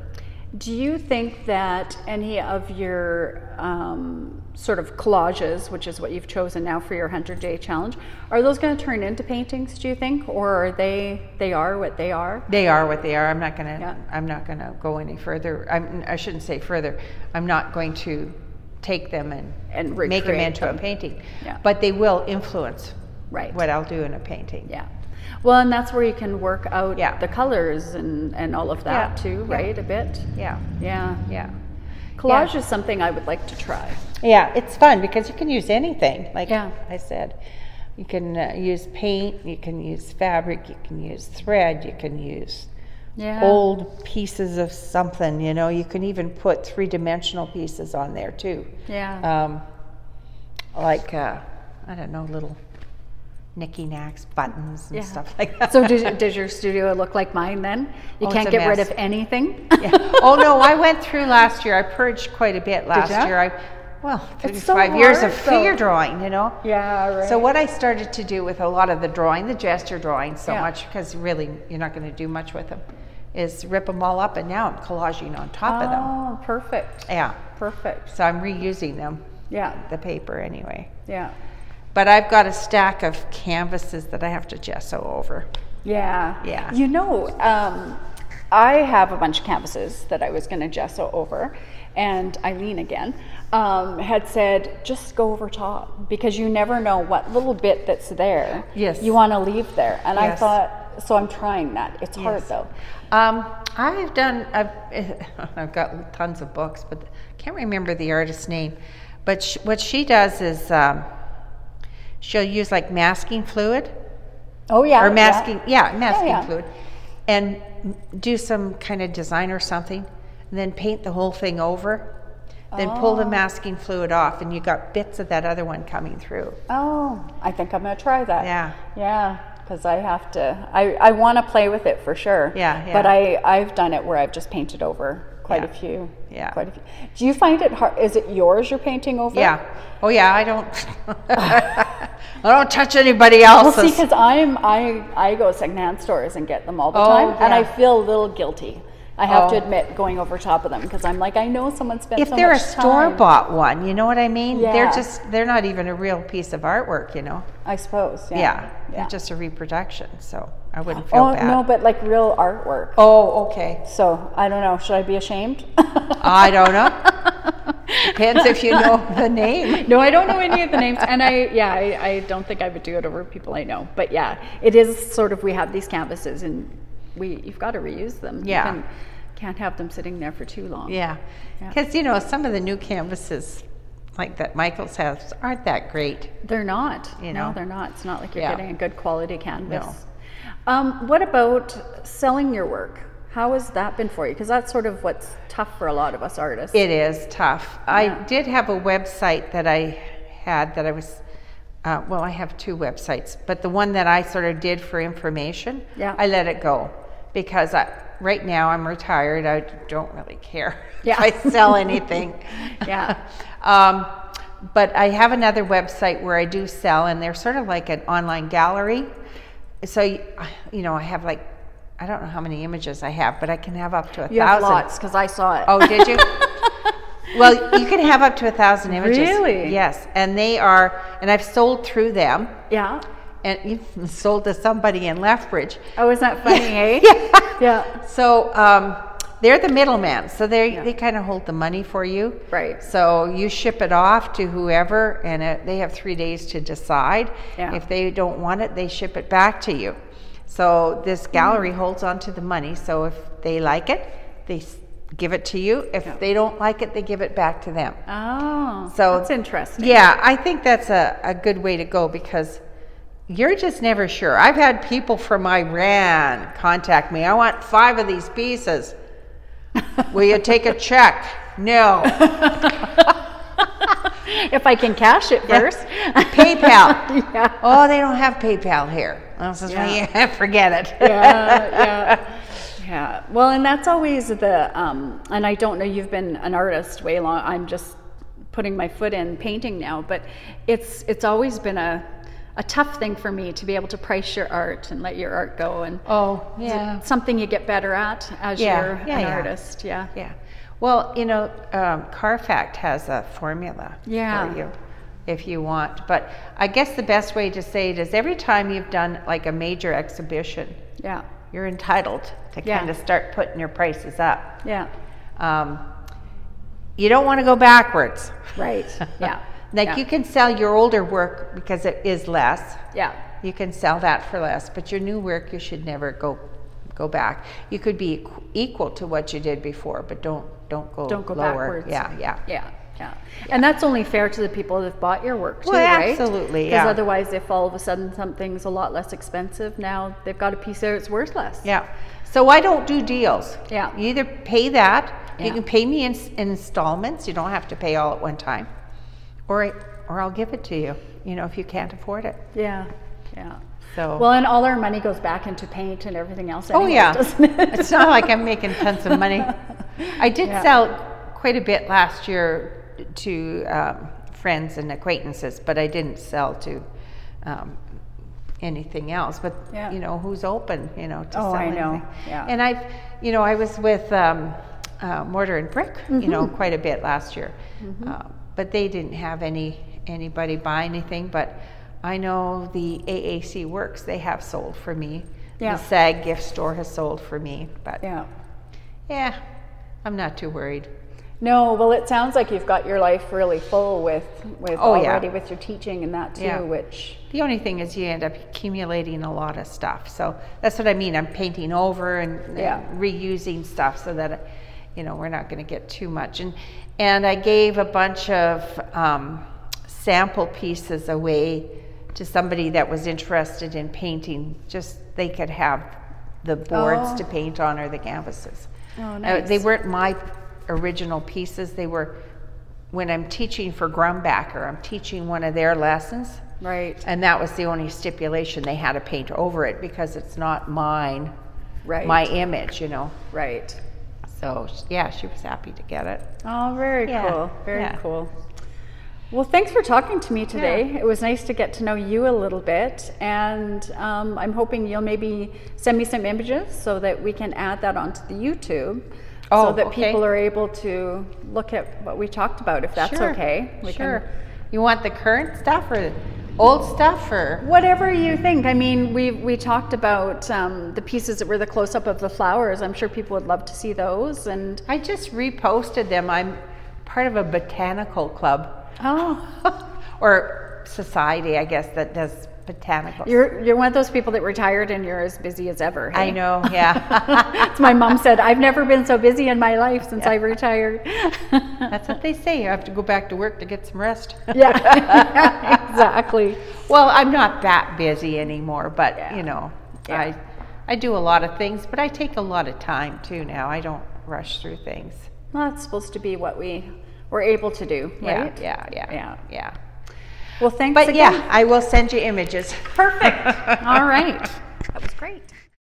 [SPEAKER 1] Do you think that any of your um, sort of collages, which is what you've chosen now for your 100 day challenge, are those going to turn into paintings, do you think? Or are they, they are what they are?
[SPEAKER 2] They are what they are. I'm not gonna.
[SPEAKER 1] Yeah.
[SPEAKER 2] I'm not gonna go any further. I'm, I shouldn't say further. I'm not going to take them and
[SPEAKER 1] And
[SPEAKER 2] make them
[SPEAKER 1] recreate
[SPEAKER 2] into
[SPEAKER 1] them.
[SPEAKER 2] a painting.
[SPEAKER 1] Yeah.
[SPEAKER 2] But they will influence
[SPEAKER 1] Right.
[SPEAKER 2] what I'll do in a painting.
[SPEAKER 1] Yeah. Well, and that's where you can work out
[SPEAKER 2] Yeah.
[SPEAKER 1] the colors and, and all of that
[SPEAKER 2] Yeah.
[SPEAKER 1] too,
[SPEAKER 2] Yeah.
[SPEAKER 1] right? A bit.
[SPEAKER 2] Yeah.
[SPEAKER 1] Yeah.
[SPEAKER 2] Yeah.
[SPEAKER 1] Collage is something I would like to try.
[SPEAKER 2] Yeah, it's fun because you can use anything. Like
[SPEAKER 1] Yeah.
[SPEAKER 2] I said, you can uh, use paint, you can use fabric, you can use thread, you can use
[SPEAKER 1] Yeah.
[SPEAKER 2] old pieces of something. You know, you can even put three dimensional pieces on there too.
[SPEAKER 1] Yeah.
[SPEAKER 2] Um, like uh, I don't know, little knicky knacks, buttons, and
[SPEAKER 1] Yeah.
[SPEAKER 2] stuff like that.
[SPEAKER 1] so did, did your studio look like mine then? You
[SPEAKER 2] Uh. Oh, it's
[SPEAKER 1] can't
[SPEAKER 2] a
[SPEAKER 1] get rid
[SPEAKER 2] mess.
[SPEAKER 1] of anything.
[SPEAKER 2] Yeah. Oh no, I went through last year. I purged quite a bit last
[SPEAKER 1] ya?
[SPEAKER 2] year. I well,
[SPEAKER 1] It's so
[SPEAKER 2] 35 years of
[SPEAKER 1] hard, though.
[SPEAKER 2] figure drawing, you know.
[SPEAKER 1] yeah. Right.
[SPEAKER 2] So what I started to do with a lot of the drawing, the gesture drawing so
[SPEAKER 1] Yeah.
[SPEAKER 2] much because really you're not going to do much with them, is rip them all up and now I'm collaging on top of them.
[SPEAKER 1] Oh, perfect.
[SPEAKER 2] Yeah.
[SPEAKER 1] Perfect.
[SPEAKER 2] So I'm reusing them,
[SPEAKER 1] Yeah.
[SPEAKER 2] the paper anyway.
[SPEAKER 1] Yeah.
[SPEAKER 2] But I've got a stack of canvases that I have to gesso over.
[SPEAKER 1] Yeah.
[SPEAKER 2] Yeah.
[SPEAKER 1] You know, um, I have a bunch of canvases that I was going to gesso over, and Eileen again um, had said, just go over top because you never know what little bit that's there
[SPEAKER 2] Yes.
[SPEAKER 1] you want to leave there. And I
[SPEAKER 2] Yes.
[SPEAKER 1] thought, so I'm trying that. It's hard
[SPEAKER 2] Yes.
[SPEAKER 1] though.
[SPEAKER 2] Um, I've done. I've, I've got tons of books, but I can't remember the artist's name. But sh- what she does is um, she'll use like masking fluid
[SPEAKER 1] Oh yeah.
[SPEAKER 2] or masking. Yeah, masking
[SPEAKER 1] yeah.
[SPEAKER 2] fluid, and m- do some kind of design or something, and then paint the whole thing over. Then pull
[SPEAKER 1] Oh.
[SPEAKER 2] the masking fluid off, and you got bits of that other one coming through.
[SPEAKER 1] Oh, I think I'm going to try that.
[SPEAKER 2] Yeah.
[SPEAKER 1] Yeah, because I have to. I, I want to play with it for sure.
[SPEAKER 2] Yeah, yeah.
[SPEAKER 1] But I I've done it where I've just painted over quite a
[SPEAKER 2] Yeah.
[SPEAKER 1] few.
[SPEAKER 2] Yeah.
[SPEAKER 1] Quite a few. Do you find it hard? Is it yours you're painting over?
[SPEAKER 2] Yeah. Oh yeah. I don't. I don't touch anybody else's.
[SPEAKER 1] Well, see, because I'm I I go to secondhand stores and get them all the
[SPEAKER 2] Oh,
[SPEAKER 1] time, and
[SPEAKER 2] yeah.
[SPEAKER 1] I feel a little guilty. I have to
[SPEAKER 2] Oh.
[SPEAKER 1] admit going over top of them because I'm like I know someone spent
[SPEAKER 2] if
[SPEAKER 1] so
[SPEAKER 2] they're a
[SPEAKER 1] much
[SPEAKER 2] store
[SPEAKER 1] time.
[SPEAKER 2] bought one, you know what I mean?
[SPEAKER 1] Yeah.
[SPEAKER 2] They're just they're not even a real piece of artwork, you know.
[SPEAKER 1] I suppose. Yeah.
[SPEAKER 2] Yeah. They're just a reproduction, so I wouldn't feel
[SPEAKER 1] oh
[SPEAKER 2] bad.
[SPEAKER 1] no, but like real artwork.
[SPEAKER 2] Oh, okay.
[SPEAKER 1] So I don't know. Should I be ashamed?
[SPEAKER 2] I don't know. Depends if you know the name.
[SPEAKER 1] No, I don't know any of the names, and I yeah, I, I don't think I would do it over people I know. But yeah, it is sort of we have these canvases, and we you've got to reuse them.
[SPEAKER 2] Yeah.
[SPEAKER 1] you can, can't have them sitting there for too long.
[SPEAKER 2] Yeah.
[SPEAKER 1] Yeah.
[SPEAKER 2] Because you know, some of the new canvases like that Michaels has aren't that great.
[SPEAKER 1] they're not.
[SPEAKER 2] You
[SPEAKER 1] no,
[SPEAKER 2] know.
[SPEAKER 1] they're not. It's not like you're
[SPEAKER 2] Yeah.
[SPEAKER 1] getting a good quality canvas.
[SPEAKER 2] No.
[SPEAKER 1] Um, what about selling your work? How has that been for you? Because that's sort of what's tough for a lot of us artists.
[SPEAKER 2] It is tough. I did have a website that I had that I was, uh, well, I have two websites, but the one that I sort of did for information,
[SPEAKER 1] Yeah.
[SPEAKER 2] I let it go because I, right now I'm retired. I don't really care
[SPEAKER 1] Yeah.
[SPEAKER 2] if I sell anything.
[SPEAKER 1] Yeah.
[SPEAKER 2] um, but I have another website where I do sell, and they're sort of like an online gallery. So, y- you know, I have like, I don't know how many images I have, but I can have up to a
[SPEAKER 1] you have
[SPEAKER 2] thousand.
[SPEAKER 1] lots because I saw it.
[SPEAKER 2] Oh, did you? well, you can have up to a thousand images.
[SPEAKER 1] Really?
[SPEAKER 2] Yes, and they are, and I've sold through them,
[SPEAKER 1] yeah.
[SPEAKER 2] and even sold to somebody in Lethbridge.
[SPEAKER 1] Oh, isn't that funny, eh?
[SPEAKER 2] Yeah.
[SPEAKER 1] Yeah.
[SPEAKER 2] So um, they're the middleman, so they they kind of hold the money for you.
[SPEAKER 1] Right.
[SPEAKER 2] So you ship it off to whoever, and it, they have three days to decide.
[SPEAKER 1] Yeah.
[SPEAKER 2] If they don't want it, they ship it back to you.
[SPEAKER 1] Mm.
[SPEAKER 2] So this gallery holds on to the money. So if they like it, they s- give it to you. If they don't like it, they give it back to them.
[SPEAKER 1] Oh,
[SPEAKER 2] So
[SPEAKER 1] that's interesting.
[SPEAKER 2] Yeah, I think that's a, a good way to go because you're just never sure. I've had people from Iran contact me. I want five of these pieces. Will you take a check? No.
[SPEAKER 1] if I can cash it first.
[SPEAKER 2] PayPal.
[SPEAKER 1] yeah.
[SPEAKER 2] Oh, they don't have PayPal here. I says, well,
[SPEAKER 1] Yeah.
[SPEAKER 2] yeah, forget it.
[SPEAKER 1] yeah, yeah, yeah. Well, and that's always the, um, and I don't know, you've been an artist way long. I'm just putting my foot in painting now, but it's it's always been a a tough thing for me to be able to price your art and let your art go and
[SPEAKER 2] Oh,
[SPEAKER 1] it's
[SPEAKER 2] yeah.
[SPEAKER 1] something you get better at as
[SPEAKER 2] Yeah,
[SPEAKER 1] you're
[SPEAKER 2] yeah,
[SPEAKER 1] an
[SPEAKER 2] yeah.
[SPEAKER 1] artist. Yeah.
[SPEAKER 2] Yeah. Well, you know, um, Carfact has a formula
[SPEAKER 1] Yeah.
[SPEAKER 2] for you if you want. But I guess the best way to say it is every time you've done like a major exhibition,
[SPEAKER 1] Yeah.
[SPEAKER 2] you're entitled to
[SPEAKER 1] Yeah.
[SPEAKER 2] kind of start putting your prices up.
[SPEAKER 1] Yeah.
[SPEAKER 2] Um, you don't want to go backwards.
[SPEAKER 1] Right. Yeah.
[SPEAKER 2] like
[SPEAKER 1] yeah.
[SPEAKER 2] you can sell your older work because it is less.
[SPEAKER 1] Yeah.
[SPEAKER 2] You can sell that for less, but your new work you should never go go back. You could be equ- equal to what you did before, but don't don't go
[SPEAKER 1] Don't go
[SPEAKER 2] lower.
[SPEAKER 1] backwards.
[SPEAKER 2] Yeah, yeah.
[SPEAKER 1] Yeah, yeah. And that's only fair to the people that have bought your work too,
[SPEAKER 2] Well,
[SPEAKER 1] right?
[SPEAKER 2] absolutely,
[SPEAKER 1] Because
[SPEAKER 2] yeah.
[SPEAKER 1] otherwise, if all of a sudden something's a lot less expensive now, they've got a piece there it's worth less.
[SPEAKER 2] Yeah. So I don't do deals.
[SPEAKER 1] Yeah.
[SPEAKER 2] You either pay that, you
[SPEAKER 1] Yeah.
[SPEAKER 2] can pay me in, in installments, you don't have to pay all at one time, or, I- or I'll give it to you, you know, if you can't afford it.
[SPEAKER 1] Yeah, yeah.
[SPEAKER 2] So,
[SPEAKER 1] Well, and all our money goes back into paint and everything else.
[SPEAKER 2] oh,
[SPEAKER 1] anyway,
[SPEAKER 2] yeah.
[SPEAKER 1] doesn't it?
[SPEAKER 2] it's not like I'm making tons of money. I did
[SPEAKER 1] Yeah.
[SPEAKER 2] sell quite a bit last year to um, friends and acquaintances, but I didn't sell to. Um, anything else but
[SPEAKER 1] Yeah.
[SPEAKER 2] you know who's open you know to
[SPEAKER 1] Oh,
[SPEAKER 2] sell
[SPEAKER 1] I know.
[SPEAKER 2] anything.
[SPEAKER 1] Yeah.
[SPEAKER 2] And I've, you know, I was with um, uh, mortar and brick, you know,
[SPEAKER 1] Mm-hmm.
[SPEAKER 2] quite a bit last year, Uh, but they didn't have any anybody buy anything. But I know the AAC Works they have sold for me.
[SPEAKER 1] Yeah.
[SPEAKER 2] The SAG gift store has sold for me, but yeah,
[SPEAKER 1] yeah.
[SPEAKER 2] I'm not too worried.
[SPEAKER 1] No, well, it sounds like you've got your life really full with with
[SPEAKER 2] Oh, yeah.
[SPEAKER 1] already with your teaching and that too,
[SPEAKER 2] Yeah.
[SPEAKER 1] which
[SPEAKER 2] The only thing is you end up accumulating a lot of stuff. So that's what I mean. I'm painting over and, and
[SPEAKER 1] Yeah.
[SPEAKER 2] reusing stuff so that, you know, we're not going to get too much. And and I gave a bunch of um, sample pieces away to somebody that was interested in painting. Just they could have the boards
[SPEAKER 1] Oh.
[SPEAKER 2] to paint on or the canvases.
[SPEAKER 1] Oh,
[SPEAKER 2] Uh,
[SPEAKER 1] nice.
[SPEAKER 2] they weren't my original pieces. They were when I'm teaching for Grumbacker. I'm teaching one of their lessons.
[SPEAKER 1] right,
[SPEAKER 2] And that was the only stipulation they had to paint over it because it's not mine,
[SPEAKER 1] right,
[SPEAKER 2] my image, you know.
[SPEAKER 1] right.
[SPEAKER 2] So sh- yeah, she was happy to get it.
[SPEAKER 1] Oh, very
[SPEAKER 2] Yeah,
[SPEAKER 1] cool. Very
[SPEAKER 2] yeah.
[SPEAKER 1] cool. Well, thanks for talking to me today. It was nice to get to know you a little bit, and um, I'm hoping you'll maybe send me some images so that we can add that onto the YouTube,
[SPEAKER 2] Oh,
[SPEAKER 1] so that
[SPEAKER 2] okay.
[SPEAKER 1] people are able to look at what we talked about. If that's
[SPEAKER 2] Sure,
[SPEAKER 1] okay, we
[SPEAKER 2] sure. You want the current stuff or old stuff or?
[SPEAKER 1] Can, whatever you think. I mean, we we talked about um, the pieces that were the close up of the flowers. I'm sure people would love to see those. And
[SPEAKER 2] I just reposted them. I'm part of a botanical club
[SPEAKER 1] oh,
[SPEAKER 2] or society, I guess, that does botanical.
[SPEAKER 1] you're you're one of those people that retired and you're as busy as ever. hey?
[SPEAKER 2] I know, yeah.
[SPEAKER 1] As my mom said, I've never been so busy in my life since I retired.
[SPEAKER 2] That's what they say. You have to go back to work to get some rest.
[SPEAKER 1] yeah, exactly.
[SPEAKER 2] Well, I'm not that busy anymore, but
[SPEAKER 1] Yeah.
[SPEAKER 2] you know,
[SPEAKER 1] Yeah.
[SPEAKER 2] I I do a lot of things, but I take a lot of time too now. I don't rush through things.
[SPEAKER 1] Well, that's supposed to be what we were able to do, right?
[SPEAKER 2] Yeah, yeah, yeah,
[SPEAKER 1] Yeah.
[SPEAKER 2] yeah.
[SPEAKER 1] Well, thanks
[SPEAKER 2] But
[SPEAKER 1] again.
[SPEAKER 2] yeah, I will send you images.
[SPEAKER 1] Perfect. All right. That was great.